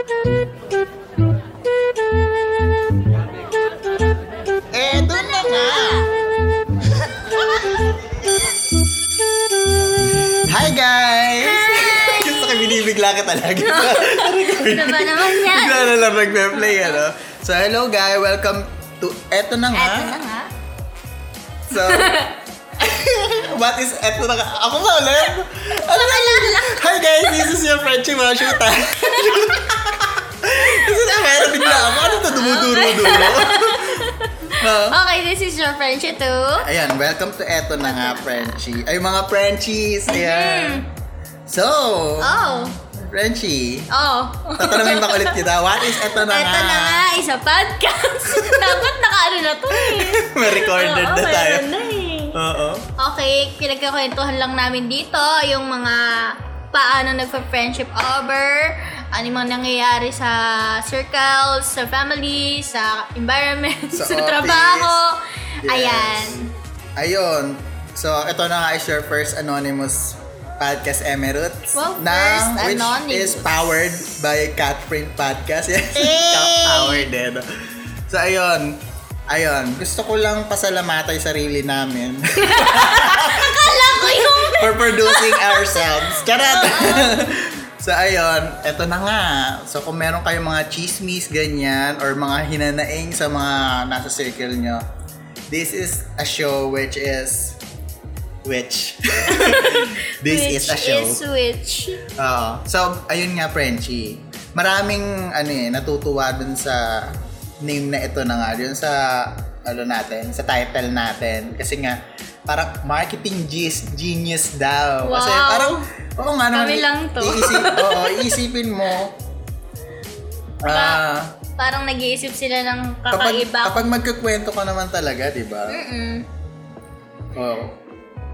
Eh, bigla ka talaga. Ano ba naman yan? bigla na lang nagpe-play, ano? ya, So, hello guys, welcome to... Eto na nga. Eto na nga. So, what is Eh, eto na nga? Ako ba ulit? Ano na Hi guys, this is your friend Chima Shuta. Kasi na, meron bigla ako. Ano to, dumuduro-duro? Huh? Okay, this is your friend, Chitu. Ayan, welcome to Eh, eto na nga, Frenchie. Ay, mga Frenchies! Ayan. So, Oh. Frenchie, Oh. tatanungin ba ulit kita? What is eto na nga? Eto na nga, isa podcast. Dapat nakaano na to eh. May recorded Oo, na tayo. meron na eh. Oo. Okay, pinagkakwentuhan lang namin dito yung mga paano nagpa-friendship over, ano yung mga nangyayari sa circles, sa family, sa environment, sa, Sa trabaho. Yes. Ayan. Ayun. So, ito na nga is your first anonymous podcast Emerits. Well, na, first which anonymous. is powered by Catprint Podcast. Yes, Yay! powered eh. no? So, ayun. Ayun. Gusto ko lang pasalamatan yung sarili namin Akala ko yung... for producing ourselves. Charot! so, ayun. Eto na nga. So, kung meron kayong mga chismis, ganyan, or mga hinanaing sa mga nasa circle nyo, this is a show which is... Which? this which is a show. is which. Oo. So, ayun nga, Frenchie. Maraming, ano eh, natutuwa dun sa name na ito na nga. Dun sa, ano natin, sa title natin. Kasi nga, parang marketing gis- genius daw. Kasi Wow. parang, oo nga naman. Kami lang to. Iisip, oo, iisipin mo. Ah, Parang nag-iisip sila ng kapag, kakaiba. Mm. kapag magkukwento ka naman talaga, di ba? Mm-mm. Oo.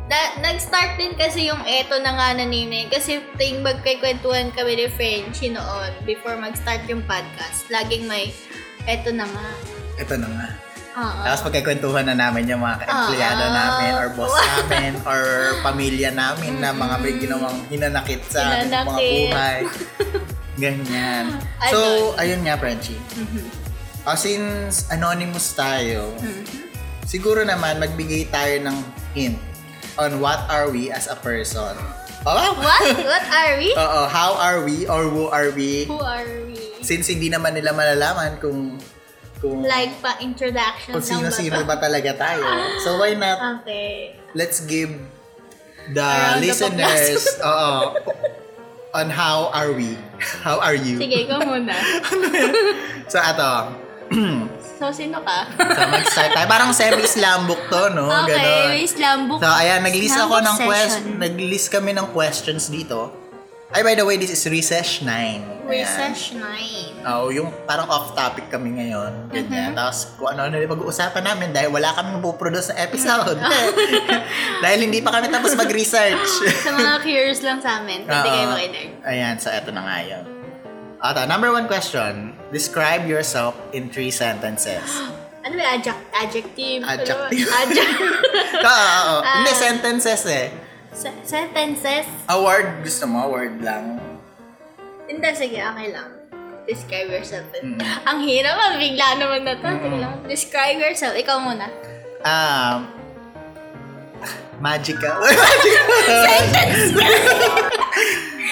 Da- nag-start din kasi yung eto na nga na name na yun. Kasi ting magkikwentuhan kami ni Frenchie noon before mag-start yung podcast. Laging may eto na nga. Ito na nga. Oo. Tapos pagkikwentuhan na namin yung mga empleyado Oo. namin or boss namin or pamilya namin na mga may ginawang hinanakit sa amin mga Hinanakit. buhay. Ganyan. Ayun. So, ayun nga, Frenchie. Mhm. Uh, since anonymous tayo, Mhm. siguro naman magbigay tayo ng hint on what are we as a person. Oh, What? What are we? Oo, how are we or who are we? Who are we? Since hindi naman nila malalaman kung kung, Like pa introduction kung lang sino-sino ba? ba talaga tayo. So, why not to? Okay. let's give the Around the listeners oo, on how are we? How are you? Sige, ikaw muna. So, ato. so, sino ka? So, mag-start tayo. Parang semi-slambok to, no? okay, Ganon. may slam book. So, ayan, nag-list ako ng Slambok quest, session. nag-list kami ng questions dito. Ay, by the way, this is Recess 9. Ayan. Research 9. Oo, yung parang off-topic kami Mm-hmm. ngayon. Ganyan. Tapos kung ano-ano yung pag-uusapan namin dahil wala kaming puproduce na episode. dahil hindi pa kami tapos mag-research. Sa mga curious lang sa amin, pwede kayo Oo. makinig. Ayan, so eto na nga yun. Ata, number one question. Describe yourself in three sentences. Ano ba? Adject, adjective? Ano Adjective. Adjective. Oo, oo, oo. Ah. Hindi, sentences eh. Se- sentences? A word, gusto mo? A word lang. Hindi, sige, okay lang. Describe yourself. Mm. Ang hirap, ang bigla naman na to. Bigla. Describe yourself. Ikaw muna. Um, magical. magical.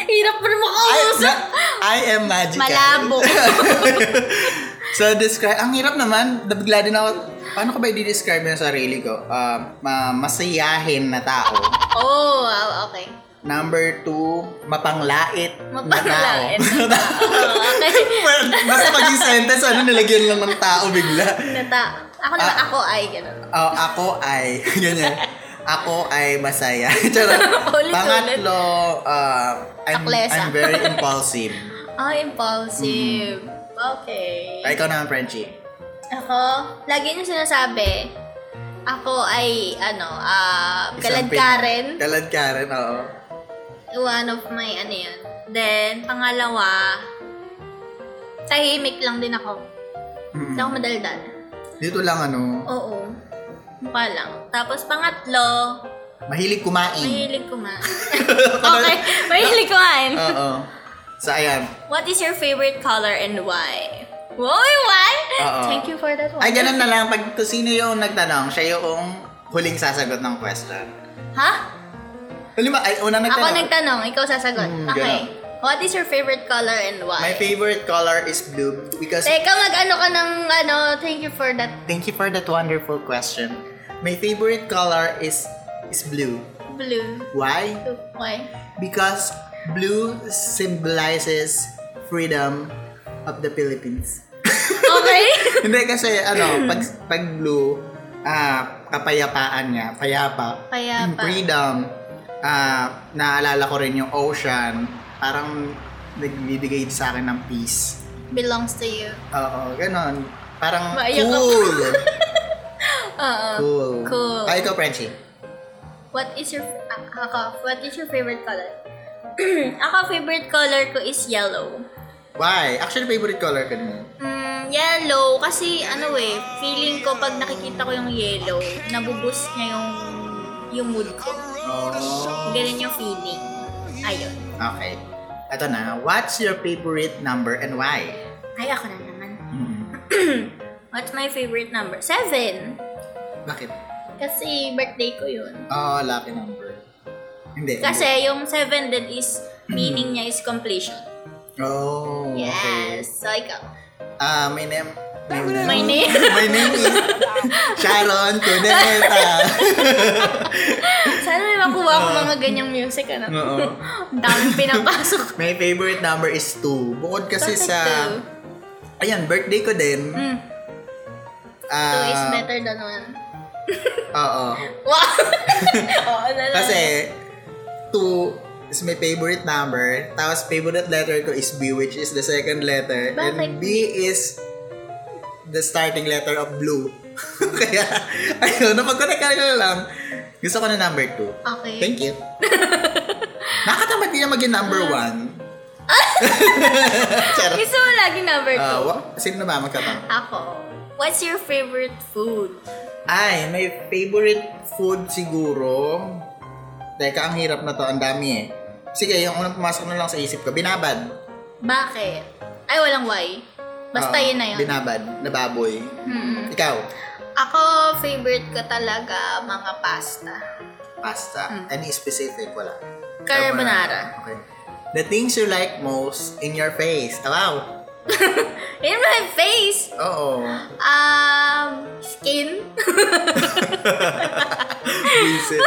Hirap pa rin I, makausap. na- I am magical. Malabo. So, describe, ang hirap naman, nabigla din ako, paano ko ba i-describe yung sarili ko? Um, ma- masayahin na tao. oh, wow, okay. Number two, mapanglait Mapanglait na tao. Oh, okay. Well, Basta maging sentence, ano nilagyan lang ng tao bigla. Nata. Ako naman, ako ay ganun. Oh, ako ay, ganyan. Ako ay masaya. Charot. Ulit-ulit. Pangatlo, uh, I'm, Aklesa. I'm very impulsive. Ah, impulsive. Okay. Mm-hmm. Ay, ikaw naman, Frenchie. Ako, lagi niyo sinasabi, ako ay, ano, ah, Isang kaladkaren. Pinoy. Kaladkaren, oo. One of my, ano yun. Then, pangalawa, tahimik lang din ako. Mm. Hindi ako madaldal. Dito lang, ano, Oo. Mukha lang. Tapos, pangatlo, mahilig kumain. mahilig kumain. okay, mahilig kumain. Oo. So, ayan. What is your favorite color and why? Why? Why? Oo. Thank you for that one. Ay, ganun na lang. Pag to sino yung nagtanong, siya yung huling sasagot ng question. Ha? Halima, ay, unang Ako nagtanong. nagtanong, ikaw sasagot. Mm, okay. ganun. What is your favorite color and why? My favorite color is blue because Teka, mag-ano ka ng ano, thank you for that thank you for that wonderful question. My favorite color is is blue. blue. Why? Why? Because blue symbolizes freedom of the Philippines. Okay? Hindi kasi ano, pag, pag blue, ah, kapayapaan niya, payapa. Payapa. Freedom. Ah, naalala ko rin yung ocean. Parang nagbibigay sa akin ng peace. Belongs to you. Oo, ganon. Parang Maiyak ako. cool. Oo. cool. Cool. Ah, ikaw, Frenchie. What is your ah, ako, what is your favorite color? ako favorite color ko is yellow. Why? Actually, favorite color ko din. yun. Mm, yellow kasi ano eh, feeling ko pag nakikita ko yung yellow, nabuboost niya yung yung mood ko. Oh. Ganun yung feeling. Ayun. Okay. Ito na. What's your favorite number and why? Ay, ako na naman. Hmm. What's my favorite number? Seven. Bakit? Kasi birthday ko yun. Oh, lucky number. Hindi. Kasi yung seven din is, meaning niya is completion. hindi. Oh, okay. Yes. So, ikaw. Ah, my name. My name? my name is Sharon Cuneta. Sana may makuha ako Ah. mga ganyang music, ano? Oo. Ang daming pinapasok. My favorite number is 2. Bukod kasi Bakit sa... two? Ayan, birthday ko din. Mm, Ah, two is better than one. Oo. Wow! Oo, na Kasi, 2 is my favorite number. Tapos, favorite letter ko is B, which is the second letter. Bakit And B is the starting letter of blue. Kaya, ayun, napag-connect ka na lang. Gusto ko na number 2. Okay. Thank you. Nakakatamad din na maging number one. Charot. Gusto mo lagi number Uh, two? wa- sino na ba magkatama? ako. What's your favorite food? Ay, may favorite food siguro. Teka, ang hirap na to. Ang dami eh. Sige, yung unang pumasok na lang sa isip ko. Binabad. Bakit? Ay, walang why. Basta Oo, yun na yun. Binabad. Nababoy. Mm. Ikaw, Ako, favorite ko talaga mga pasta. pasta. Mm. Any specific? Wala. Carbonara. Okay. The things you like most in your face. Ah, Wow. In my face! Oo. Um, skin? Visit.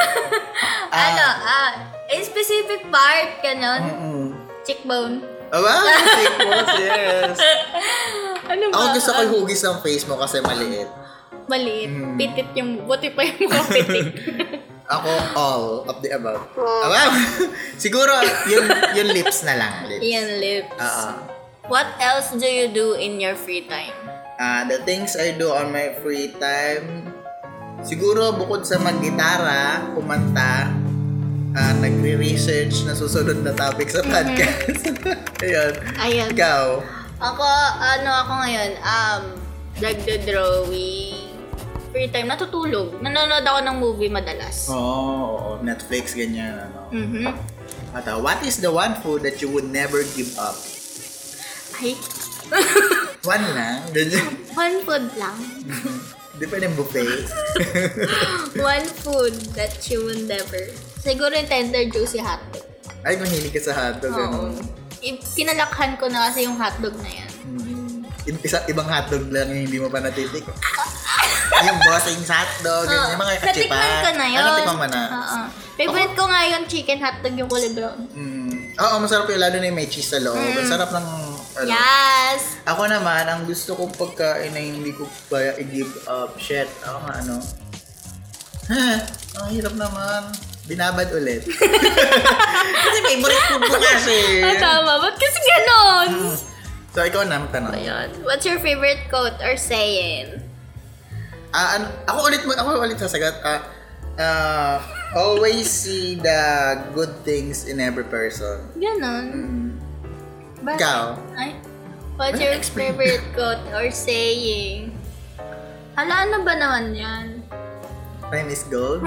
ano, ah, in specific part, ganun. Mm-mm. Cheekbone. Oh, wow, fake boobs, yes. Ano ba? Ako gusto ko yung hugis ng face mo kasi maliit. Maliit. Mm. Pitit yung, buti pa yung mukha pitit. Ako, all of the above. Oh, wow. Siguro, yung, yung lips na lang. Lips. Yan lips. Oo. What else do you do in your free time? Ah, the things I do on my free time, siguro bukod sa maggitara, kumanta, ah, nagre-research na susunod na topic sa podcast. Ayun. Ayan. Ikaw. Ako, ano ako ngayon, um, nagdo-drawing, free time, natutulog. Nanonood ako ng movie madalas. Oo, oo, Netflix, ganyan. Ano. Mhm. At ah, what is the one food that you would never give up? Ay, One lang. Ganyan. one food lang. Di pa ng buffet. one food that you will never. Siguro yung tender juicy hotdog. Ay, mahilig ka sa hotdog. Oo. ano? I- Kinalakhan ko na kasi yung hotdog na yan. Mm. I- Isa, ibang hotdog lang yung hindi mo pa natitik. yung bossing hotdog, Oo. ganyan, yung mga kachipa. Natikman ko na yun. Ah, natikman mo na. Oo. Favorite ko nga yung chicken hotdog yung kulay brown. Mm. Oo, masarap yung lalo na yung may cheese sa loob. Mm. Ang sarap ng... ano. Yes! Ako naman, ang gusto kong pagkain na hindi ko kaya i-give up. Shit, ako nga ano. Ha, ang hirap naman. Binabad ulit. kasi favorite food ko kasi. Ah, tama. Ba't kasi ganon? Hmm. So, ikaw na, magtanong. Ayan. What's your favorite quote or saying? Ah, ano, ako ulit mo, ako ulit sasagot. Ah, ah, always see the good things in every person. Ganon. Mm. Bakit? Ikaw. Ano Ay, what's your favorite quote or saying? Hala, ano ba naman yan? Time is gold.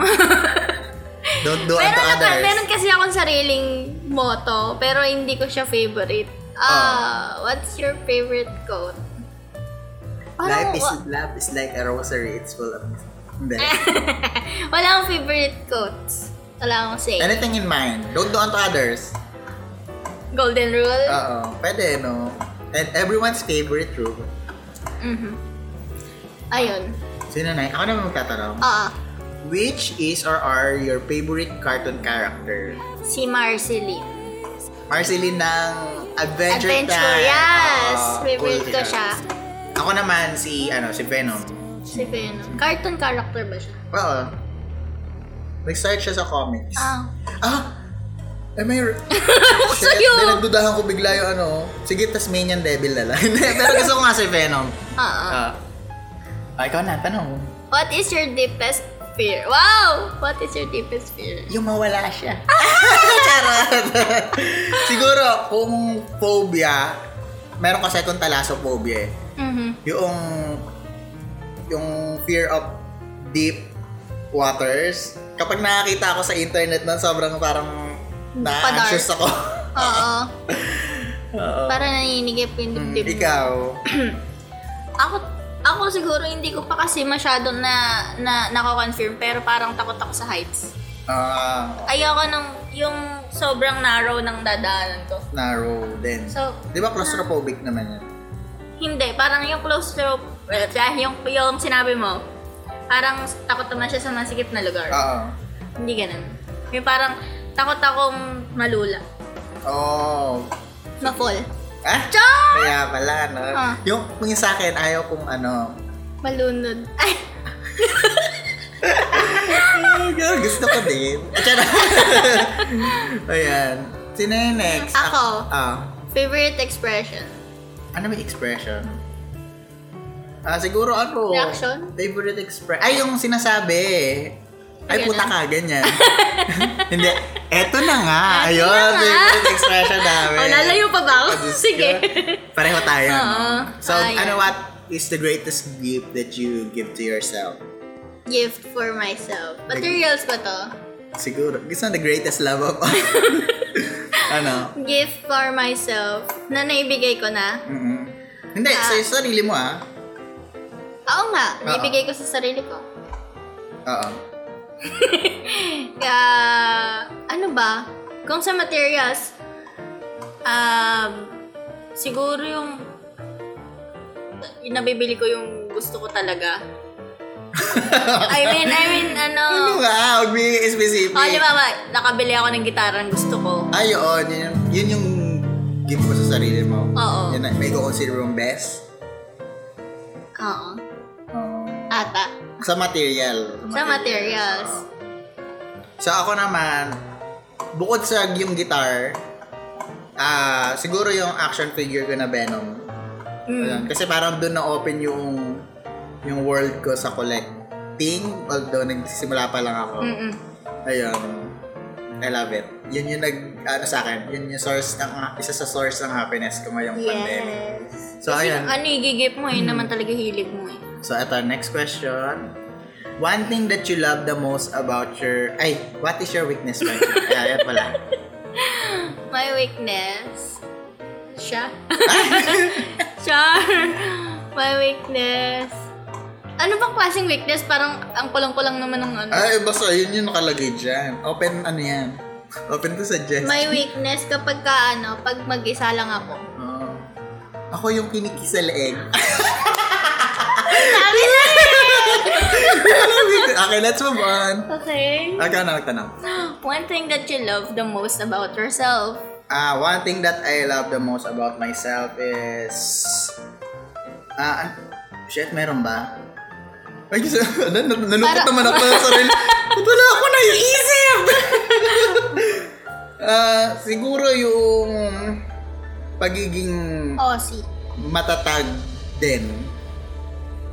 Don't do Meron, unto ako, others. meron kasi akong sariling motto, pero hindi ko siya favorite. Ah, Oh. what's your favorite quote? Life Parang is, wa- love is like a rosary. It's full of... Hindi. Eh. Wala akong Ano? favorite quotes. Wala akong say. Anything in mind. Don't do unto others. Golden rule. Oo, pwede, no? And everyone's favorite rule. Oh. Mhm. Ayun. Ah, Sino na? Ako naman magtatanong. Oo. Which is or are your favorite cartoon character? Si Marceline. Marceline ng Adventure, Adventure, Time. yes! Oo, Favorite cool ko yun. siya. Ako naman si, ano, si Venom. Si Venom. Cartoon character ba siya? Oo. Nag-start siya sa comics. Ah. Ah! Am I... r- Shit, Sa'yo! Pinagdudahan ko bigla yung ano. Sige, Tasmanian Devil na lang. Hindi, Pero gusto ko nga si Venom. Oo. Ah. Ah, ikaw na, tanong mo. Uh-uh. What is your deepest fear? Wow! What is your deepest fear? Yung mawala siya. Ah! Charot! Siguro, kung phobia, meron kasi akong thalassophobia eh. Mhm. Yung, yung fear of deep waters. Kapag nakakita ako sa internet nun, sobrang parang na-anxious ako. Oo. Oo. Uh-uh. Para naninigip yung Mm, dibdib. mo. ikaw. Ako, ako siguro hindi ko pa kasi masyado na, na nako-confirm pero parang takot ako sa heights. Ah, Ayoko ng yung sobrang narrow ng dadaanan ko. narrow din. So, Di ba claustrophobic naman yan? Hindi, parang yung close to, eh, yung, yung sinabi mo, parang takot naman siya sa masikip na lugar. Oo. Hindi ganun. Yung parang takot akong malula. Oo. Oh. Ma-fall. Ah? Char! Kaya pala, no? Ah. Yung, yung sa akin, ayaw kong ano. Malunod. Ay! Ay, girl, gusto ko din. At yan. Ayan. Sino yung next? Ako. Ah. Favorite expression? Ano may expression? Ah, siguro ano? Reaction? Favorite expression. Ay, yung sinasabi. Ay, Ayun puta na. ka, ganyan. Hindi. Eto na nga. Ayun, na nga. favorite expression namin. O, lalayo Oh, pa ba ako? Diyos Sige. ko. Pareho tayo. no? Oo. So, Ayun. ano what is the greatest gift that you give to yourself? Gift for myself. Materials ba to? Siguro. It's not the greatest love of all. ano? Gift for myself na naibigay ko na. Mm-mm. Hindi, Ah. sa sarili mo ah. Oo nga, naibigay ko sa sarili ko. Oo. Kaya, ano ba? Kung sa materials, um, siguro yung, yung nabibili ko yung gusto ko talaga. I mean, I mean, ano, Ano nga? Huwag being specific. oh, limama, nakabili ako ng gitara ng gusto ko. Ay, oo. Ah, Yun, yung- yun yung gift mo sa sarili mo. Oo. Yun, na- may consider mong best. Oo, Oo. ata. sa material. Oh. Sa materials. So, ako naman, bukod sa yung guitar, ah siguro yung action figure ko na Venom. Mm. Ayun. Kasi parang doon na-open yung yung world ko sa collecting. Although, nagsimula pa lang ako. Mm-mm. Ayun. I love it. Yun yung nag, ano sa akin, yun yung source ng, isa sa source ng happiness ko ngayong pandemic. Yes. So, Kasi ayan. Hmm. ano yung gigip mo, yun naman talaga hilig mo eh. So, eto, next question. One thing that you love the most about your... Ay, what is your weakness right now? Ay, ayan pala. My weakness. Siya. Siya. My weakness. Ano bang klaseng weakness? Parang ang kulang-kulang naman ng ano. Ay, basta yun yung nakalagay dyan. Open, ano yan? Open to suggest. My weakness kapag ka ano, pag mag-isa lang ako. Oo. Oh. Ako yung kinikisalaeg. Sabi na! eh! okay, let's move on. ano, Okay. Ikaw na magtanong. One thing that you love the most about yourself. Ah, one thing that I love the most about myself is... Ah, an- shit, meron ba? Ay, kasi, nan- nan- nalungkot Para- naman ako sa sarili. Ba't wala ako naiisip? Ah, siguro yung pagiging Aussie. matatag din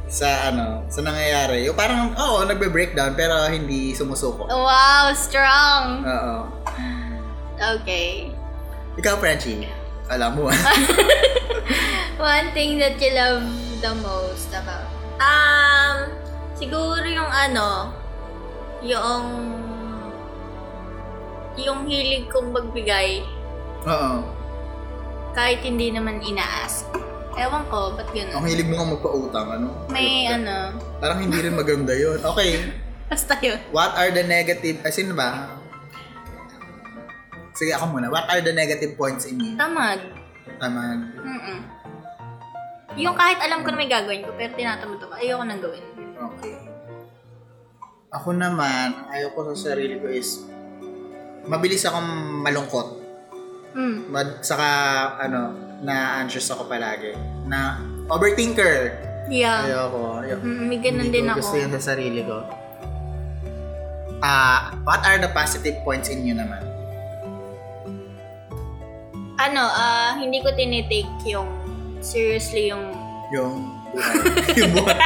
sa ano, sa nangyayari. Yung parang, oo, nagbe-breakdown pero hindi sumusuko. Oh. Wow, strong. Oo. Okay. Ikaw, Frenchie, alam mo. One thing that you love the most about? Um, siguro yung ano, yung yung hilig kong magbigay Oo. kahit hindi naman ina-ask. Ewan ko, ba't Ang ganun? hilig mo nga magpautang, ano? May ano, Parang hindi rin maganda yun. Okay. basta yun. What are the negative, as in ba? Sige, ako muna. What are the negative points in you? Tamad. Tama. Mm-mm. Yung kahit alam ko na may gagawin ko, pero tinatamad ako, ayoko nang gawin. Okay. Ako naman, ayoko sa sarili ko is mabilis akong malungkot. Mm. Mad, saka, ano, na-anxious ako palagi. Na, overthinker. Yeah. Ayoko. ayoko. Mm, may ganun Hindi din ko ako. Gusto yun sa sarili ko. Ah, what are the positive points in you naman? Ano, ah, hindi ko tinitake yung seriously yung Yung buhay. Yung buhay.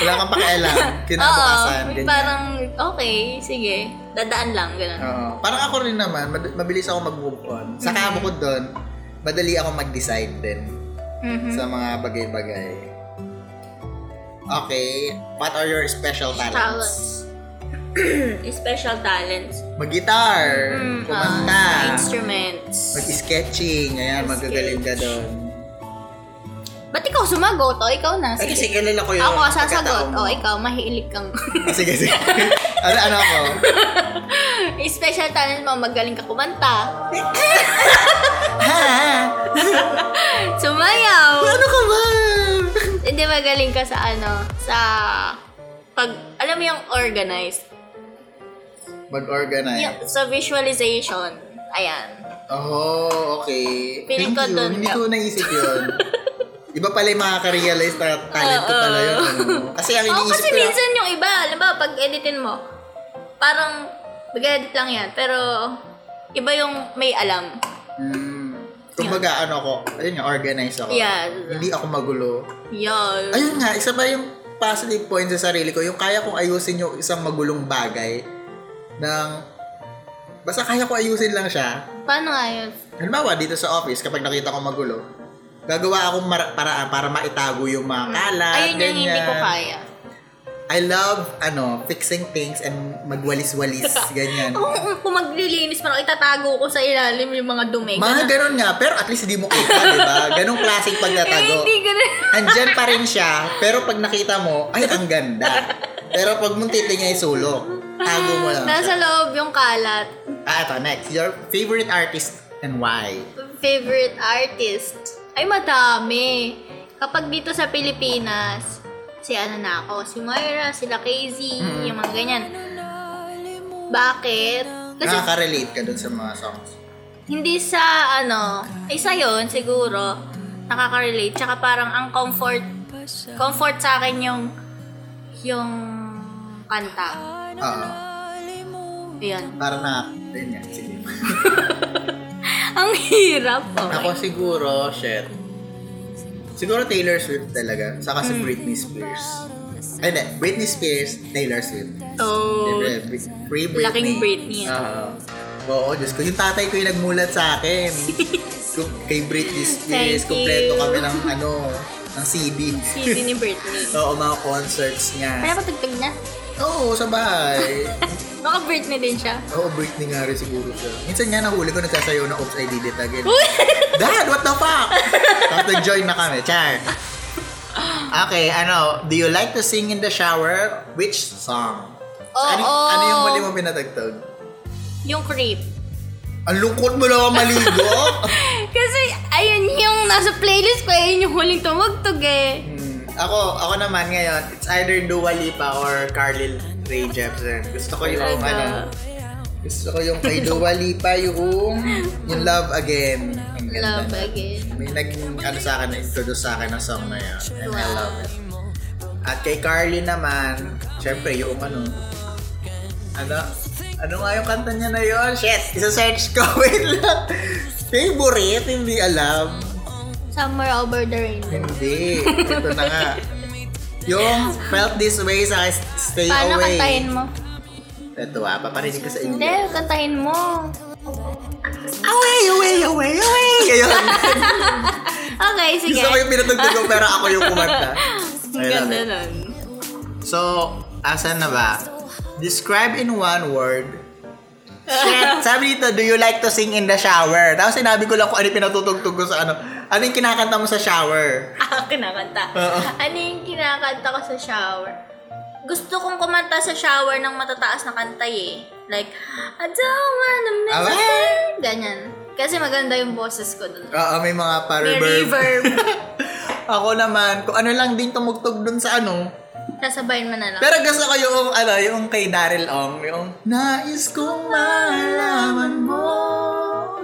Wala kang pakialam. Kinabukasan. Oo, ganyan. parang, okay, sige. Dadaan lang, ganun. Oo. parang ako rin naman, mad- mabilis ako mag-move on. Saka Mhm. bukod doon, madali ako mag-decide din Mhm. sa mga bagay-bagay. Okay, what are your special talents? Talents. Special talents. Mag-guitar, Mm, kumanta, ah, instruments. mag-sketching, ayan, magagaling ka doon. Ba't ikaw sumagot? O, ikaw na. Sige. Ay, kasi kilala ko yung Ako pagkatao sasagot. Oh, O, mo. ikaw, mahilig kang. Ah, sige, sige. ano, ano ako? Special talent mo, magaling ka kumanta. Ha? Sumayaw. Ano ka ba? Hindi magaling ka sa ano, sa pag, alam mo yung organized. Mag-organize. Yung, sa visualization. Ayan. Oh, okay. Feeling Thank ko you. doon Hindi ka- ko naisip yun. Iba pala yung makaka-realize na talent ko Oo. pala yun. ano. Kasi ang Oo, iniisip kasi ko lang- minsan yung iba, alam ba, pag editin mo, parang, mag-edit lang yan, pero, iba yung may alam. Hmm. Kumbaga, ano ko, ayun nga, organize ako. Yeah. Hindi ako magulo. Yun. Ayun nga, isa pa yung positive point sa sarili ko, yung kaya kong ayusin yung isang magulong bagay ng basta kaya ko ayusin lang siya. Paano nga yun? Halimbawa, dito sa office, kapag nakita ko magulo, gagawa akong mara- paraan para maitago yung mga Mm. kalat, Ayun yung hindi ko ganyan. kaya. I love, ano, fixing things and magwalis-walis, ganyan. Oo, oh, kung maglilinis man ako, itatago ko sa ilalim yung mga dumi. Mga ganun nga, pero at least hindi mo kita, di ba? Ganong klaseng Eh, pagtatago. hindi ganun. Andyan pa rin siya, pero pag nakita mo, ay, ang ganda. Pero pag mong titingay sulok, tago mo lang Nasa siya. loob yung kalat. Ah, ito, next. Your favorite artist and why? Favorite artist? Ay, madami. Kapag dito sa Pilipinas, si ano na ako, si Moira, sila KZ, yung mga ganyan. Bakit? Kasi Nakaka-relate ka dun sa mga songs. hindi sa ano, isa yon siguro, nakaka-relate. Tsaka parang ang comfort, comfort sa akin yung, yung kanta. Oo. Yun. Para na, ayun nga, sige. Ang hirap, oh. Ako siguro, shit. Siguro Taylor Swift talaga. Saka si Britney Spears. Ay, hindi. Britney Spears, Taylor Swift. Oh, Siyempre, Free Britney. Laking Britney. eh. Oo. Oo, Diyos ko. Yung tatay ko yung nagmulat sa akin. Kung- Kay Britney Thank Spears. you. Kompleto kami ng ano, ng CD. si ni Britney. Oo, mga concerts Kaya niya. patugtog na. Oo, sa bahay. Baka Britney din siya. Oo, Britney nga rin siguro siya. Minsan nga nahuli ko nagsasayaw na Oops, I Did It Again. Uy! Dad, what the fuck? Tapos nag-join na kami. Char. Okay, ano, do you like to sing in the shower? Which song? Oo. ano, ano yung mali mo pinatagtog? Yung creep. Ang lungkot mo lang ang maligo. Kasi, ayun yung nasa playlist ko, ayun yung huling tumugtog eh. Hmm, ako, ako naman ngayon, it's either Dua Lipa or Carly Rae Jepsen. Gusto ko yung, ano, Talaga. gusto ko yung kay Dua Lipa, yung, yung Love Again. Ang ganda Love na. again. May naging ano sa akin, na-introduce sa akin ng song na yun. And I Wow. love it. At kay Carly naman, syempre yung ano, ano, ano nga yung kanta niya na yun? Shit, isa-search ko. Wait lang. Favorite, hindi alam. Somewhere over the rainbow. Hindi. Ito na nga. Yung felt this way sa stay Paano away. kantahin mo? Ito ah, paparinig ko sa inyo. Hindi, kantahin mo. Away, away, away, away! Ayun. Okay, sige. Gusto ko yung pinatugtog ko pero ako yung kumanta. Ang I love ganda it. nun. So, asan na ba? Describe in one word. Shit, sabi dito, do you like to sing in the shower? Tapos sinabi ko lang kung ano yung pinatutugtog ko sa ano. Ano yung kinakanta mo sa shower? Ako kinakanta. Oo. Ano yung kinakanta ko sa shower? gusto kong kumanta sa shower ng matataas na kanta eh. Like, I don't wanna miss a Aba! thing. Ganyan. Kasi maganda yung boses ko dun. Oo, may mga May pa-reverb. reverb. Ako naman, kung ano lang din tumugtog dun sa ano. Sasabayin mo na lang. Pero gusto ko yung, ano, yung kay Daryl Ong, yung, Nais kong malaman mo.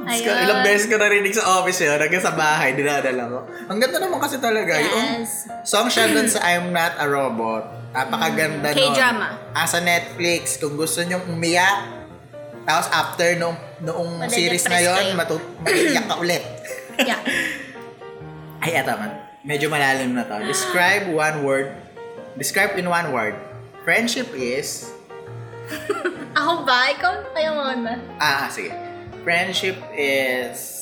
Diyos ko, Ayun. Ilang beses ko narinig sa office yun, hanggang sa bahay, dinadala ko. Ang ganda naman kasi talaga. Yung yes. song siya dun sa I'm Not a Robot. Napakaganda nun. K-drama. Ah, sa Netflix, kung gusto nyong umiyak, tapos after nung, noong Madedepress series na kayo. yon matu- maiyak ka ulit. Yeah. Ay, eto man. Medyo malalim na to. Describe one word. Describe in one word. Friendship is... Ako ba? Ikaw? Kayo muna. Ah, sige. Friendship is...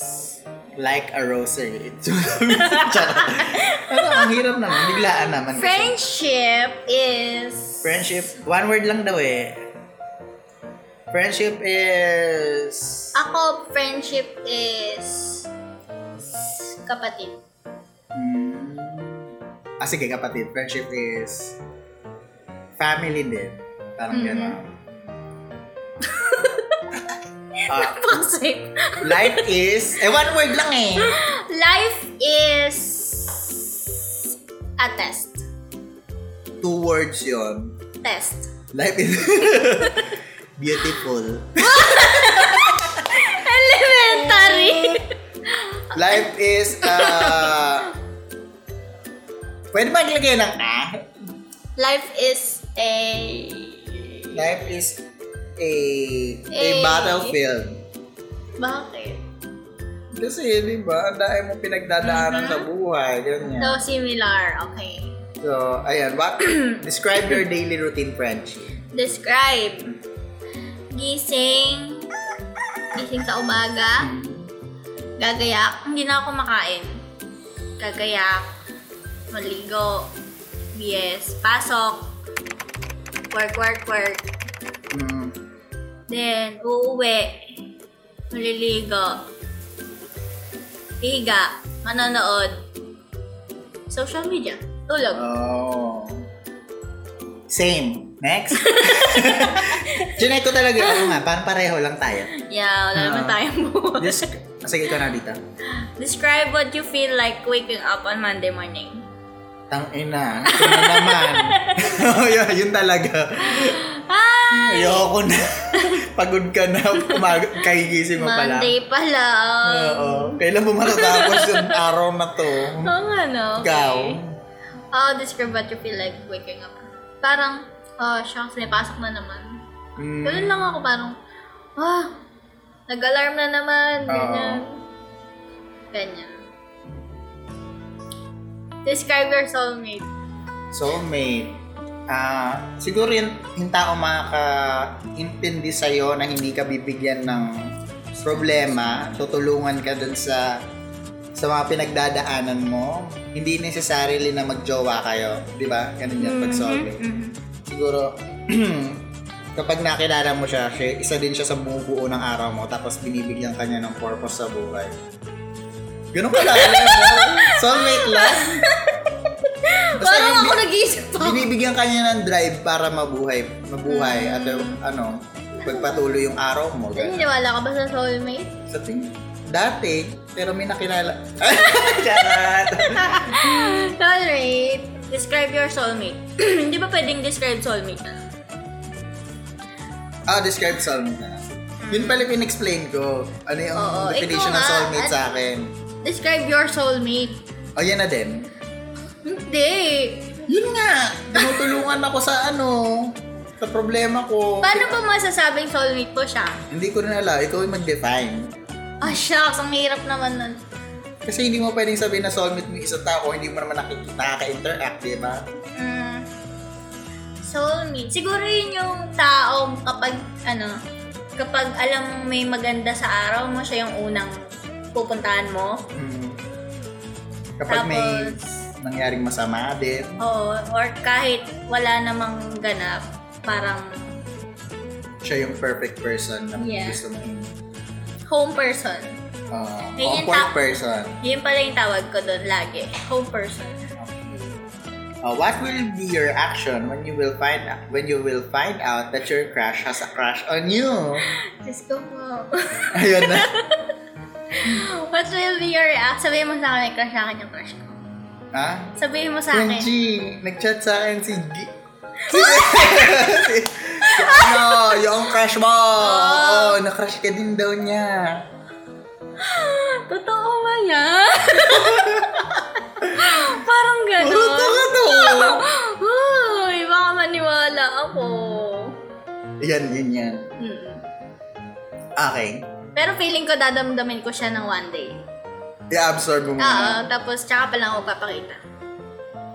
Like a rosary. Charot. ano, ang hirap naman. Biglaan naman. kasi. Friendship is... Friendship. One word lang daw eh. Friendship is... Ako, friendship is... s- Kapatid. Hmm. Ah, sige kapatid. Friendship is... Family din. Parang Mhm. gano'n. Ah, Pag-safe. Life is... Eh, one word lang eh. Life is... A test. Two words yon. Test. Life is... beautiful. Elementary! Life is... Uh, pwede ba ilagay ng ah? Life is a... Life is a... A Eh. battlefield. Bakit? Kasi, di ba, ang dahil mo pinagdadaanan sa buhay. Ganyan. So, similar. Okay. So, ayan. What, describe your daily routine, Frenchie. Describe. Gising. Gising sa umaga. Gagayak. Hindi na ako makain. Gagayak. Maligo. BS. Pasok. Work, work, work. Mm. Then, uuwi. Maliligo. Higa. Manonood. Social media. Tulog. Oh. Same. Next. Junay ko talaga ako nga. Parang pareho lang tayo. Yeah, wala naman Ah. tayong buwan. Just, sige ikaw na dito. Describe what you feel like waking up on Monday morning. Tang ina. Ito na naman. oh, yun, yun talaga. Ah! Ayoko na. Pagod ka na. Umag- kagigising mo pala. Ah. Monday pa lang. Oo. Kailan mo matatapos yung araw na to? Oo nga, no? Okay. Ikaw. Oh, describe what you feel like waking up. Parang, oh, shucks, may pasok na naman. Mm. Ganun lang ako, parang, ah, nag-alarm na naman, ganyan. Ganyan. Describe your soulmate. soulmate, ah, siguro yung, yung tao makaka-intindi sa'yo na hindi ka bibigyan ng problema, tutulungan ka dun sa sa mga pinagdadaanan mo, hindi necessarily na magjowa kayo, di ba? Ganun yan pag soulmate. Mhm. Siguro, kapag nakilala mo siya, siya, isa din siya sa bumubuo ng araw mo, tapos binibigyan ka niya ng purpose sa buhay. Ganun ka lang. soulmate lang. Basta Parang yung- ako nag-iisip pa. binibigyan ka niya ng drive para mabuhay, Hmm. mabuhay at um, ano, pagpatuloy yung araw mo. Ganun. Naniniwala ka ba sa soulmate? Sa ting dati, pero may nakilala. Charot! Soulmate. Describe your soulmate. Hindi ba pwedeng describe soulmate na? lang? ah, describe soulmate na. Yun pala yung in-explain ko. Ano yung Hmm. Oo, ikaw definition ng nga, soulmate ano- sa akin. Describe your soulmate. O, yan na din. Hindi. Yun nga! Tinutulungan ako sa ano, sa problema ko. Paano ba masasabing soulmate po siya? Hindi ko rin alam. Ikaw yung mag-define. Ah, shucks. Ang hirap naman nun. Kasi hindi mo pwedeng sabihin na soulmate mo yung isang tao, hindi mo naman nakikita, nakaka-interact, di ba? Mm, soulmate. Siguro yun yung taong kapag, ano, kapag alam mong may maganda sa araw mo, siya yung unang pupuntahan mo. Mm. Kapag may Tapos- nangyaring masama din. Oo. Or kahit wala namang ganap, parang Siya yung perfect person na Yeah. gusto mo. home person. Uh, Yun yung ta- comfort person. Yun pala yung tawag ko doon lagi. Home person. Uh, what will be your action when you will find when you will find out that your crush has a crush on you? Diyos ko po. Ayun na. What will be your react? Sabihin mo sa akin, may crush sa akin yung crush ko. ha? Sabihin mo sa Yung akin. G, nag-chat sa akin si G. Si, si, si ano, yung crush mo. Oh. Oo, na-crush ka din daw niya. Totoo ba yan? Parang Ano gano'n. ka to? Uy, baka maniwala ako. Yan, yun yan. Mm. Okay. Pero feeling ko dadamdamin ko siya ng one day. I-absorb Oo, mo muna. tapos tsaka pa lang ako papakita.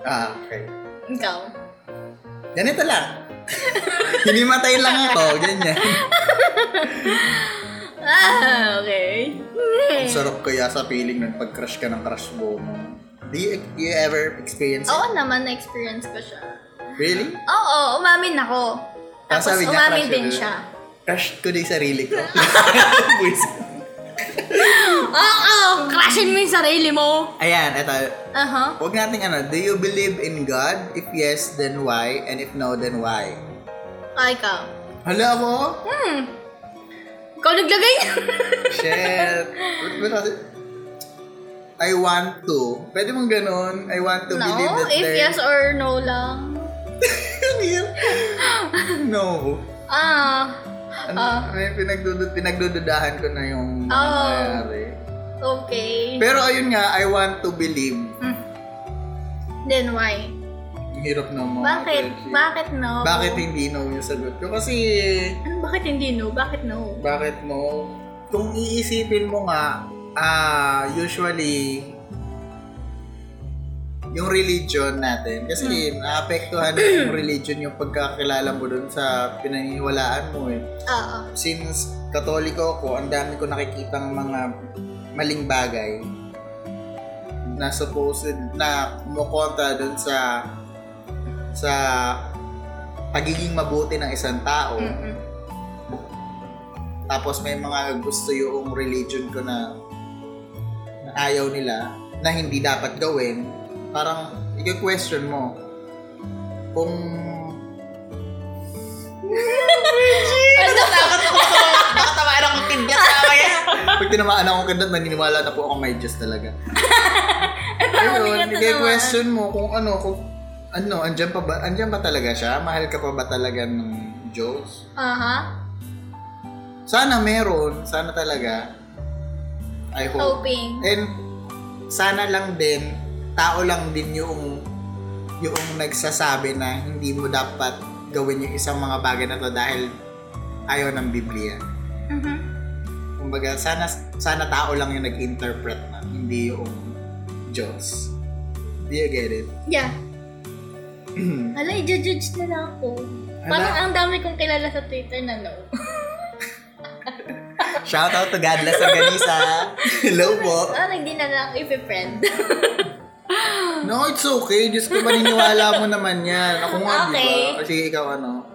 Ah, okay. Ikaw. Ganito lang. Hinimatay lang ako, ganyan. Ah, okay. Ang sarap kaya sa feeling nun pag crush ka ng crush mo. no? Do you, do you ever experience it? Oo naman, na-experience ko siya. Really? Oo, umamin ako. Ah, Tapos sabi niya, umamin crush din yun. siya. Crush ko din sarili ko. Buwis. Oo, crushin mo yung sarili mo. Ayan, eto. Aha. Huwag natin ano, do you believe in God? If yes, then why? And if no, then why? Ah, ikaw. Hala ako? Hmm. Ikaw naglagay. Shit. But, but, I want to. Pwede mong ganun. I want to believe no, that if there... yes or no lang. no. Ah. Ano, Ah. may pinagdudud, pinagdududahan ko na yung mga Oh. nangyayari. Okay. Pero ayun nga, I want to believe. Hmm. Then why? Ang hirap ng mga Bakit? friendship. Bakit no? Bakit hindi no yung sagot ko? Kasi, Ano, bakit hindi no? Bakit no? bakit mo? Kung iisipin mo nga, ah, usually, yung religion natin. Kasi Hmm. naapektuhan yung religion yung pagkakilala mo dun sa pinaniniwalaan mo eh. Oo. since katoliko ako, ang dami ko nakikitang mga maling bagay na supposed na kumukontra dun sa sa pagiging mabuti ng isang tao. Mm-mm. Tapos may mga gusto yung religion ko na, na ayaw nila na hindi dapat gawin. Parang i-question mo kung Ano? Nakatamaan akong kidnap na kaya. Pag tinamaan akong kidnap, naniniwala na po ako may Diyos talaga. Eh, Ayun, Hindi ka bigay tinamaan. question mo kung ano, kung ano, andyan pa ba, andyan ba talaga siya? Mahal ka pa ba talaga ng Diyos? Aha. Oh. Sana meron, sana talaga. I hope. Hoping. And sana lang din, tao lang din yung yung nagsasabi na hindi mo dapat gawin yung isang mga bagay na to dahil ayaw ng Biblia. Mhm. Kumbaga, sana, sana tao lang yung nag-interpret na, hindi yung Diyos. Do you get it? Yeah. Hala, i-judge nila ako. Parang ang dami kong kilala sa Twitter na no. Shout out to Godless Organisa. Hello po. Parang hindi na lang i-friend. No, it's okay. Diyos ko, maniniwala mo naman yan. Ako nga, Okay. di ba? Sige, ikaw ano?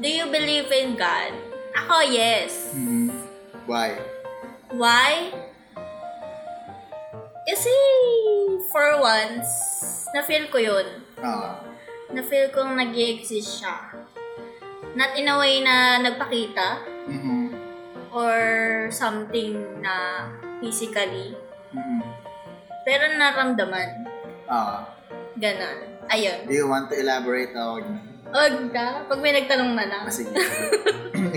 Do you believe in God? Ako, yes. Hmm. Why? Why? Kasi, for once, na-feel ko yun. Ah. Na-feel kong nag exist siya. Not in a way na nagpakita Mhm. or something na physically. Mhm. Pero naramdaman. Ah. Ganon. Ayun. Do you want to elaborate ako? Huwag na. Pag may nagtanong na lang. Ah, sige.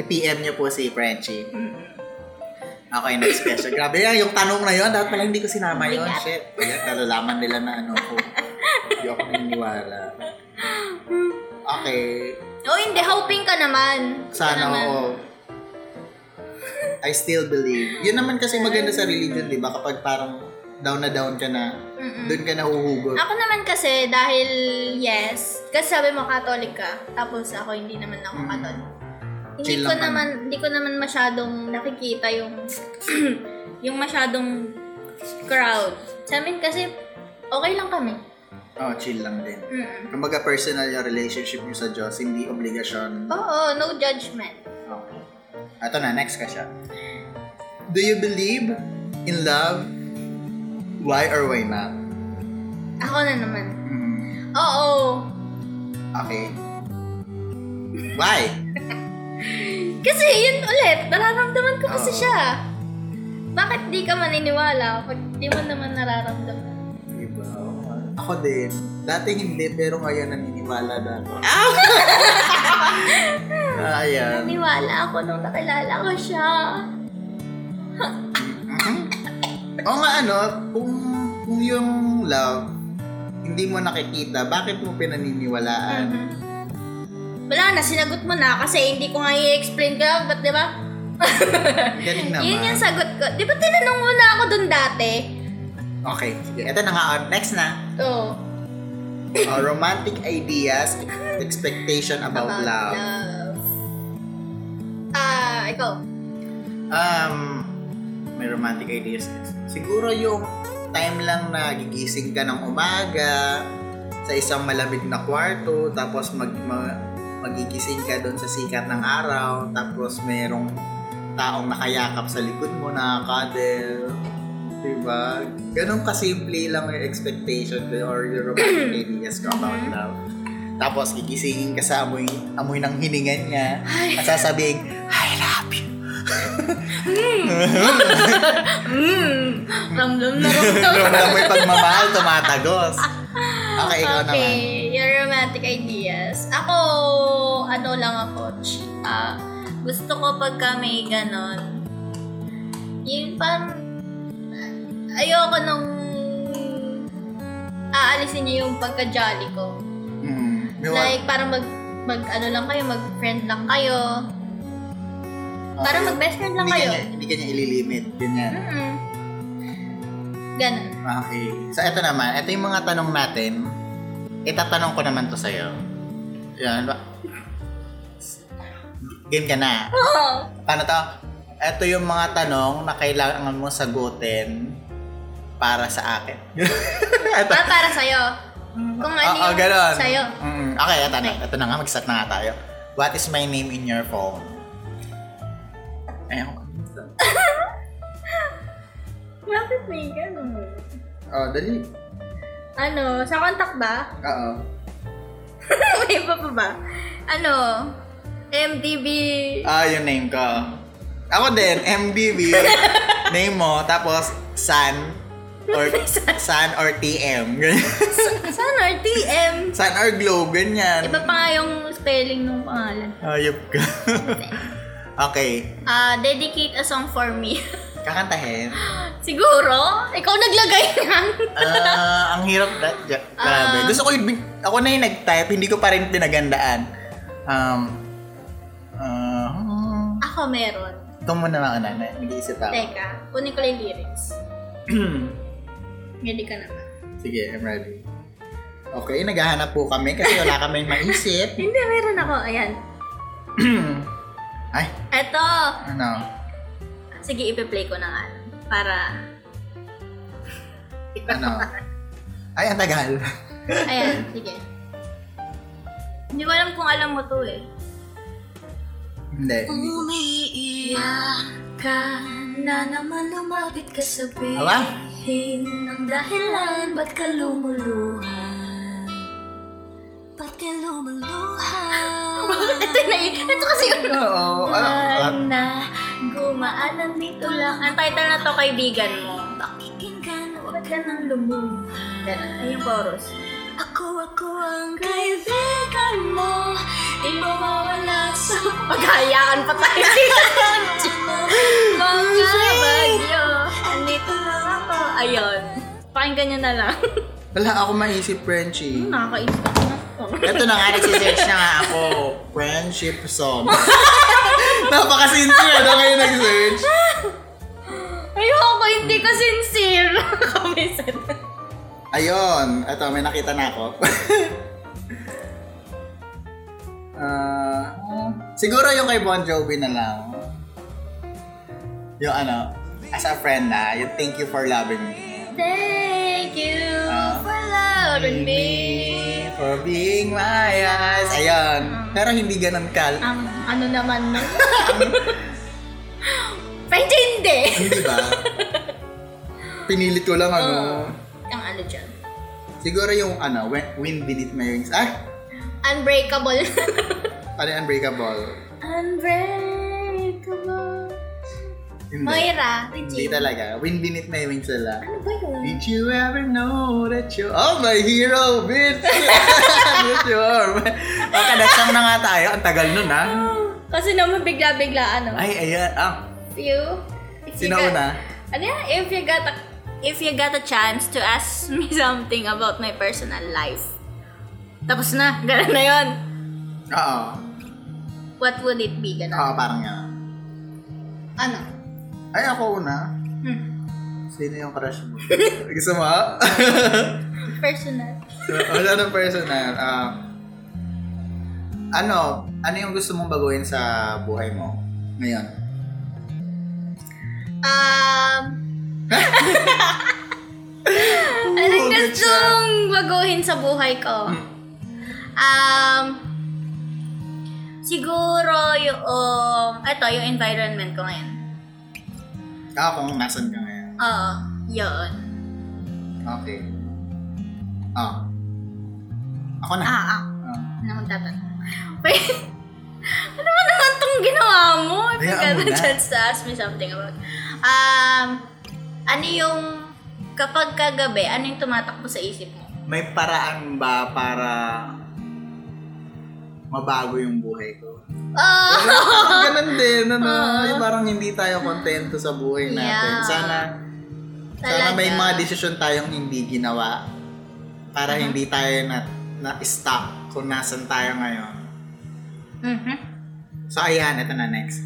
I-PM niyo po si Frenchie. Mm. Okay, next question. Grabe yan, yung tanong na yun, dapat pala hindi ko sinama yun. Bigat. Shit. Ayan, nalalaman nila na ano ko. Hindi ako naniniwala. Okay, Oh, hindi. Hoping ka naman. Ka sana naman. ako. I still believe. Yun naman kasi maganda sa religion, di ba? Kapag parang down na down ka na, Mm-mm. doon ka nahuhugot. Ako naman kasi dahil yes, kasi sabi mo Catholic ka, tapos ako hindi naman ako Mm. Catholic. Hindi ko Chill lang ka naman hindi ko naman masyadong nakikita yung yung masyadong crowd. Sa amin kasi okay lang kami. Ah. Oh, chill lang din. Mm-mm. Kumbaga personal yung relationship niyo sa Diyos, hindi obligasyon. Oo, no judgment. Okay. Ito na, next question. Do you believe in love? Why or why not? Ako na naman. Mm. Oo. Okay. Why? Kasi yun ulit, nararamdaman ko kasi siya. Bakit di ka maniniwala pag di mo naman nararamdaman? Diba? Ako din. Dati hindi, pero ngayon naniniwala na ako. Ah! Ayan. Naniwala ako nung nakilala ko siya. O nga ano, kung, kung yung love, hindi mo nakikita, bakit mo pinaniniwalaan? Mhm. Wala na, sinagot mo na kasi hindi ko nga i-explain ka, but di ba? Galing naman. Yun yung sagot ko. Di ba tinanong mo na ako dun dati? Okay, sige. Ito na nga. oh, Next na. Oo. Oh, romantic ideas, expectation about, about love. love. Ah, ikaw. Um, may romantic ideas. Siguro yung time lang na gigising ka ng umaga sa isang malamig na kwarto, tapos mag, ma- magigising ka doon sa sikat ng araw, tapos merong taong nakayakap sa likod mo na cuddle. Diba? Ganun kasimple lang yung expectation ko or your romantic ideas ko about Mhm. love. Tapos gigisingin ka sa amoy, amoy ng hininga niya. Ay. At sasabihin, I love you. Mm, ramdam na ramdam. Ramdam mo yung pagmamahal, tumatagos. Okay, Ah, ikaw naman. okay, your romantic ideas. Ako, ano lang ako, ch- ah, gusto ko pagka may ganon, yun parang, ayoko nung aalisin niyo yung pagka-jolly ko. Mm, may wa- Like, parang mag, mag, ano lang kayo, mag-friend lang kayo. okay. Parang mag-best friend lang Oh. Hindi kayo. kanya, hindi kanya ililimit. Ganyan. Mm-mm. Ganon. Okay. So, ito naman. Ito yung mga tanong natin. Itatanong ko naman to sa'yo. Yan. ba- Game ka na. Oo. Paano to? Ito yung mga tanong na kailangan mo sagutin para sa akin. ito. Ah, para sa'yo. Mm. Kung ano Oo, yung Ah, ganun. sa'yo. Mm, okay, ito na. Okay. Ito na nga, mag-start na nga tayo. What is my name in your phone? Ayun. Bakit may ganun? Oh, dali. Ano, sa contact ba? Oo. may iba pa ba? Ano, MDB. Ah, yung name ko. Ako din, MDB. name mo, tapos San or San or TM. ganyan. Saan or TM? San or Globe, ganyan. ano, Iba pa nga yung spelling ng pangalan. Ayop ka. okay. Ah, dedicate a song for me. Kakantahin. Siguro? Ikaw naglagay ng... Ah, ang hirap na. ja- Ah. Grabe. Gusto ko yung, big- ako na yung nag-type, hindi ko pa rin pinagandaan. Um, ah, hmm, Ako meron. ito muna mga nanay, nag-iisip ako. Teka, kunin ko lang yung lyrics. Ready ka na ba? Sige, I'm ready. Okay, naghahanap po kami kasi wala kaming maisip. Hindi, meron ako. Ayan. Ay, Eto. ano? Sige, ipe-play ko na nga. Para... Ano? Ay, ang tagal. Ayan, sige. Hindi ko alam kung alam mo to eh. hindi. hindi ko- Umiiyak ka na naman lumapit ka sa Aba? piling Ang dahilan ba't ka lumuluha Ba't ka lumuluha Ito na eh, ito kasi yun Oo. ano? Ah, Buwan na gumaanan dito lang Ang title na to, kaibigan mo Pakikinggan, huwag ka nang lumuha. Ay, yung chorus Ako, ako ang kaibigan mo. Di mawawala sa Maghahayakan pa tayo Mga bagyo Andito lang ako. Ayun, pakinggan nyo na lang Wala ako maisip, Frenchie. Nakakaisip ako Ito na nga, nagsisearch na nga ako. Friendship song. Napaka-sincere. Ano kayo nag-search? Ayoko, hindi ka sincere. Kamisan. Ayun. Ito, may nakita na ako. Ah, siguro yung kay Bon Jovi na lang. Yung ano, as a friend na, yung thank you for loving me. Thank you Ah. for loving me. For being my eyes. Ayun. Pero hindi ganun kal. Ang ano naman nun? Pwede hindi. Hindi ba? Pinilit ko lang ano. Ang Oh. ano dyan. Siguro yung ano, when, Wind Beneath My Wings. Ah, Unbreakable. ano yung Unbreakable? Unbreakable. Hindi. Moira. Hindi Regine. talaga. Wind Beneath My Wings sila. Ano ba yun? Did you ever know that you Oh, my hero, bitch! bitch, you are. Okay, next song na nga tayo. Ang tagal nun, ha? Kasi naman bigla-bigla ano. Ay, ayan. Ah, If you... If you sino got- una? Ano yan? If you got a... If you got a chance to ask me something about my personal life. Tapos na. Ganun na yun. Oo. What would it be? Ganun. Oo, parang yan. Ano? Ay, ako una. Hmm. Sino yung crush mo? Gusto mo? Personal. Wala ng personal. Ah, ano? Ano yung gusto mong baguhin sa buhay mo? Ngayon. Um... Anong good gustong baguhin sa buhay ko? Hmm. Um, siguro yung, eto, yung environment ko ngayon. Ako kung nasan ka ngayon. Oo, yun. Okay. Ah. Ako na. Ah, ah, Ah. ano akong tatanong? Wait, ano ba naman itong ginawa mo? If you Hayaan got mo a na. chance to ask me something about, um, ano yung, kapag kagabi, ano yung tumatakbo sa isip mo? May paraan ba para mabago yung buhay ko? Oh! Parang ganun din, ano? Ay, parang hindi tayo kontento sa buhay natin. Ah. Yeah. Sana, sana Talaga. may mga desisyon tayong hindi ginawa para Uh-huh. hindi tayo na, na-stop kung nasan tayo ngayon. Mhm. So, ayan, ito na next.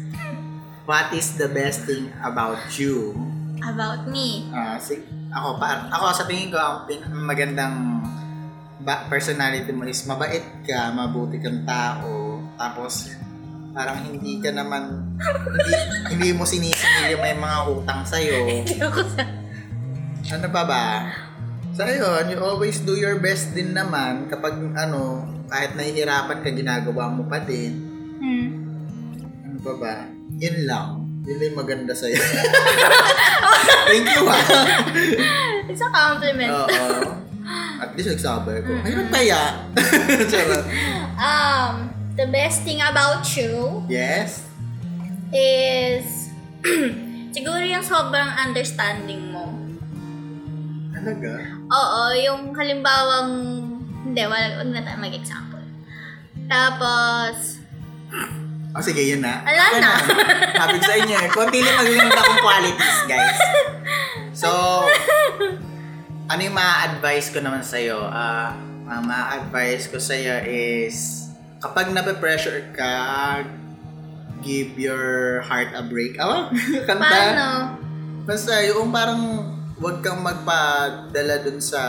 What is the best thing about you? About me. Ah, si, ako, pa, ako sa tingin ko, ang pin- ang magandang ba- personality mo is mabait ka, mabuti kang tao, tapos parang hindi ka naman, hindi, hindi mo sinisingil yung may mga utang sa'yo. Hindi ako sa... Ano pa ba? So, ayun, you always do your best din naman kapag ano, kahit nahihirapan ka, ginagawa mo pa din. Hmm. Ano pa ba? Yun lang. Yun lang yung maganda sa'yo. Thank you, ha? It's a compliment. Oo. At least nagsabi ko. Mahirap kaya. Charot. Um, the best thing about you yes. is siguro yung sobrang understanding mo. Talaga? Oo, yung halimbawang hindi, wala, wag na tayo mag-example. Tapos, Oh, sige, yun na. Ala na. Sabi ko sa inyo eh. Konti lang magaganda kong qualities, guys. So, ano yung ma-advise ko naman sa'yo? Ah, ang ma-advise ko sa'yo is, kapag nape-pressure ka, give your heart a break. Awa, kanta. paano? Basta yung parang wag kang magpadala dun sa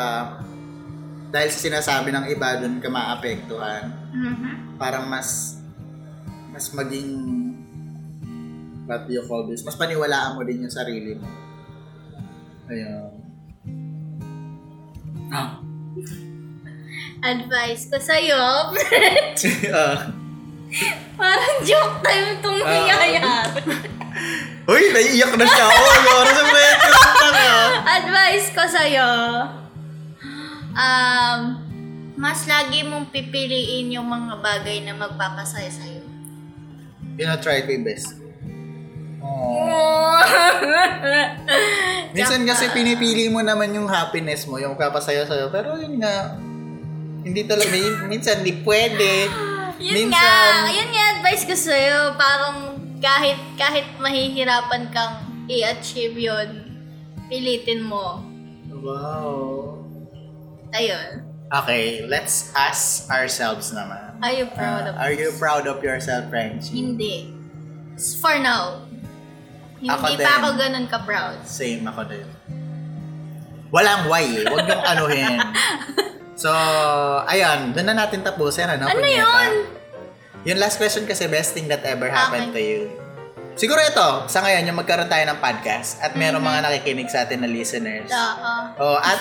dahil sa sinasabi ng iba dun ka maapektuhan. Mhm. Parang mas mas maging what do you call this? Mas paniwalaan mo din yung sarili mo. Ayun. Ah. Advice ko sa'yo, Ah. parang joke time itong Ah. nangyayari. Uy, naiiyak na siya. Oh, yoro sa friend ko. ah. Advice ko sa'yo, um, mas lagi mong pipiliin yung mga bagay na magpapasaya sa'yo. Yun ang try ko yung best. Oh. Minsan kasi pinipili mo naman yung happiness mo, yung papasaya sa'yo. Pero yun nga, hindi talaga, min- minsan hindi pwede. yun minsan, nga, yun nga advice ko sa'yo. Parang kahit, kahit mahihirapan kang i-achieve yun, pilitin mo. Wow. Ayun. Okay, let's ask ourselves naman. Are you proud Uh, of are you proud of yourself, Frenchie? Hindi. S- For now. Hindi Ako pa din. ako ganun ka-proud. Same ako din. Walang why eh. Huwag niyong anuhin. So, ayun. Doon na natin tapusin. Ano, Ano punyeta? yun? Yung last question kasi, best thing that ever Okay. happened to you. Siguro ito, sa ngayon, yung magkaroon tayo ng podcast at merong mga nakikinig sa atin na listeners. Mm-hmm. Oo. Oh, at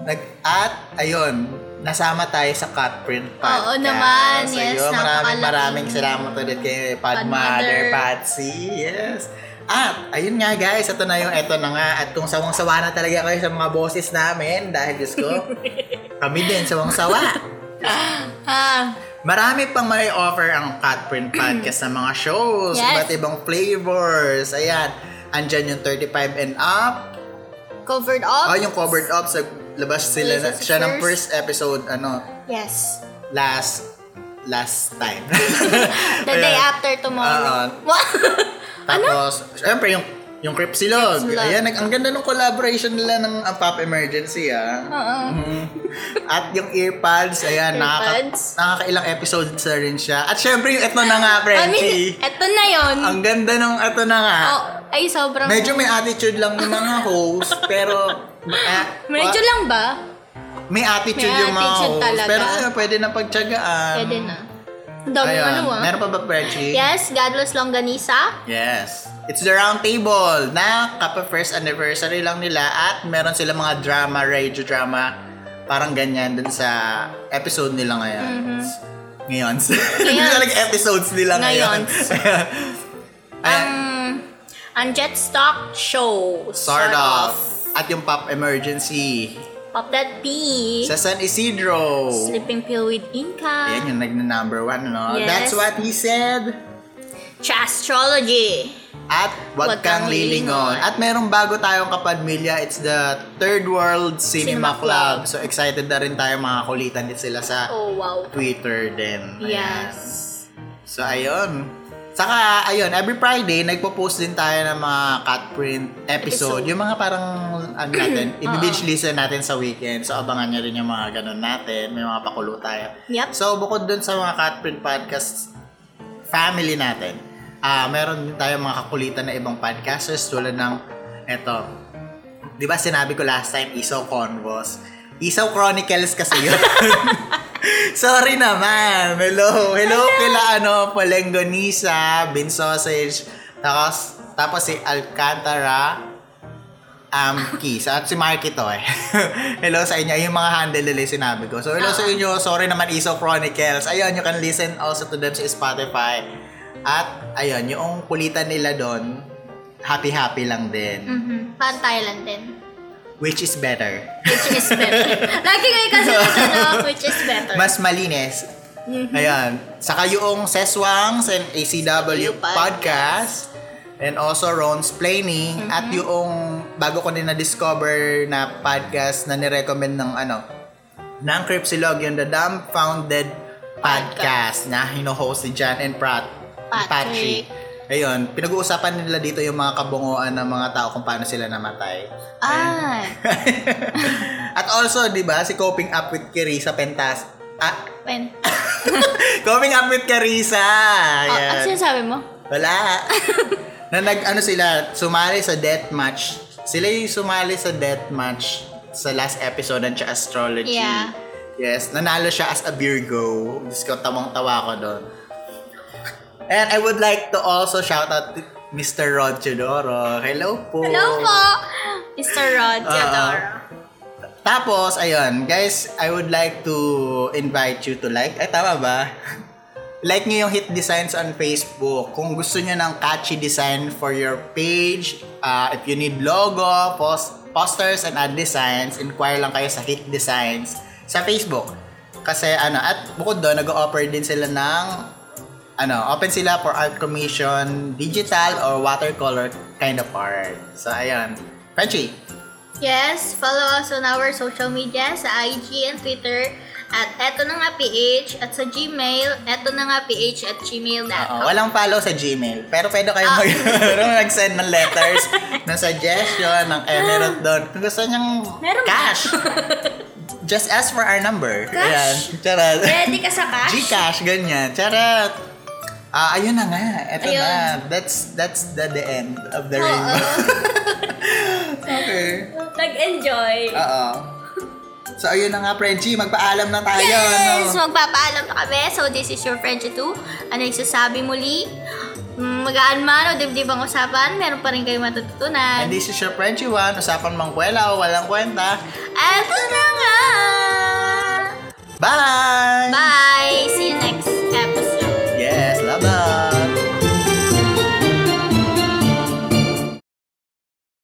nag at ayun, nasama tayo sa Cutprint Podcast. Oo naman, yes, Ayun, maraming napakalaking- maraming salamat ulit kay Podmother Podmother. Patsy. Yes. At, ayun nga guys, ito na yung eto na nga. At kung sawang-sawa na talaga kayo sa mga boses namin, dahil Diyos ko, kami din sawang-sawa. Ah, Marami pang may offer ang Catprint Podcast sa mga shows, Yes. iba't ibang flavors. Ayan, andyan yung 35 and up. covered up? Oh, yung covered up sa labas sila na, Sa siya ng first. first episode ano Yes. last last time. The day after ah, Ano? tomorrow. What? Tapos, syempre yung yung Cripsilog. Cripsilog. Ayan, nag- ang ganda ng collaboration nila ng uh, Pop Emergency, ah. Oo. Mm. At yung earpads, ayan, nakaka- Earpads. nakakailang episodes na rin siya. At syempre yung eto na nga, I Frenchie. mean, eh, eto na yon. Ang ganda nung ito na nga. Oh, ay, sobrang... Medyo may attitude lang ng mga host, pero... ah, Medyo lang ba? Um, May attitude May yung mga attitude host. talaga. Pero ano, pwede na pagtsagaan. Pwede na. Ang dami Ayun. ano ah. Meron pa ba, Perchie? Yes, Godless Longganisa. Yes. It's the round table na kapa first anniversary lang nila at meron sila mga drama, radio drama, parang ganyan dun sa episode nila ngayon. Mm-hmm. Ngayon. Ngayon. talaga episodes nila ngayon. Ngayon. Ang... Ang Jetstock Show. Start off. At yung pop emergency. Pop That P. Sa San Isidro. Sleeping Pill with Inca. oh. Ayan yung nagna-number one, no? Yes. That's what he said. Chastrology. At Wag wag, kang kang lilingon. lilingon. At merong bago tayong kapadmilya. It's the Third World Cinema, Cinema Club. Club. So excited na rin tayo mga kulitan din sila sa Oh, wow. Twitter din. Ayan. Yes. So ayun. Saka, ayun, every Friday, nagpo-post din tayo ng mga cut print episode. Episode. Yung mga parang, ano natin, i-binge listen natin sa weekend. So, abangan nyo rin yung mga ganun natin. May mga pakulo tayo. Yep. So, bukod dun sa mga cut print podcast family natin, ah meron din tayo mga kakulitan na ibang podcasters tulad ng, eto, di ba sinabi ko last time, Isaw Convos. Isaw Chronicles kasi yun. Sorry naman. Hello. Hello kila ano, Palengonisa, Bean Sausage, tapos, tapos si Alcantara, um, Keys, at si Marky to eh. hello sa inyo. Yung mga handle nila yung sinabi ko. So, hello sa inyo. Sorry naman, Iso Chronicles. Ayun, you can listen also to them sa Spotify. At, ayun, yung kulitan nila doon, happy-happy lang din. Mhm. Parang Thailand din. Which is better. Which is better. Lagi kayo kasi natanong which is better. Mas malinis. Ayan. Saka yung Seswangs and ACW ACW podcast. And also Ron's Planning. At yung bago ko din na-discover na podcast na nirecommend ng ano, ng Cripsilog, yung The Dumbfounded Podcast, na hino-host ni Jan and Prat Patrick. Patrick. Ayun, pinag-uusapan nila dito yung mga kabunguan ng mga tao kung paano sila namatay. Ah, At also, di ba, si Coping Up with Carissa Pentas... Ah, pen. Coming up with Carissa. Oh, ano Ayan. sinasabi mo? Wala. na nag, ano sila, sumali sa death match. Sila yung sumali sa death match sa last episode ng Cha Astrology. Yeah. Yes, nanalo siya as a Virgo. Diyos ko, tamang-tawa ko doon. And I would like to also shout out to Mr. Rod Chodoro. Hello po. Hello po, Mr. Rod Oo. Teodoro. Tapos, ayun, guys, I would like to invite you to like, ay tama ba? like nyo yung hit designs on Facebook. Kung gusto nyo ng catchy design for your page, uh, if you need logo, post, posters, and ad designs, inquire lang kayo sa hit designs sa Facebook. Kasi ano, at bukod doon, nag-offer din sila ng ano, open sila for art commission, digital or watercolor kind of art. So, ayun. Frenchie, Yes, follow us on our social media sa IG and Twitter at eto na nga PH at sa Gmail, eto na nga PH at Oo, gmail.com. walang follow sa Gmail. Pero pwede kayo Ah. mag- mag-send ng letters, ng suggestion, ng emerald doon. Kung gusto niyang Meron ba? cash, just ask for our number. Cash? Ayan, charot. Ready ka sa cash? Gcash, ganyan. Charot. Ah, ayun na nga. Ito Ayun. na. That's that's the, the end of the Oo. rainbow. okay. Nag-enjoy. Oo. So, ayun na nga, Frenchie. Magpaalam na tayo. Yes! ano? Magpapaalam na kami. So, this is your French 2. Ano yung sasabi muli? Mm, Magaan man o dibdib ang usapan, meron pa rin kayong matututunan. And this is your Frenchie 1. Usapan mangkwela o walang kwenta. Eto na nga! Bye! Bye! See you next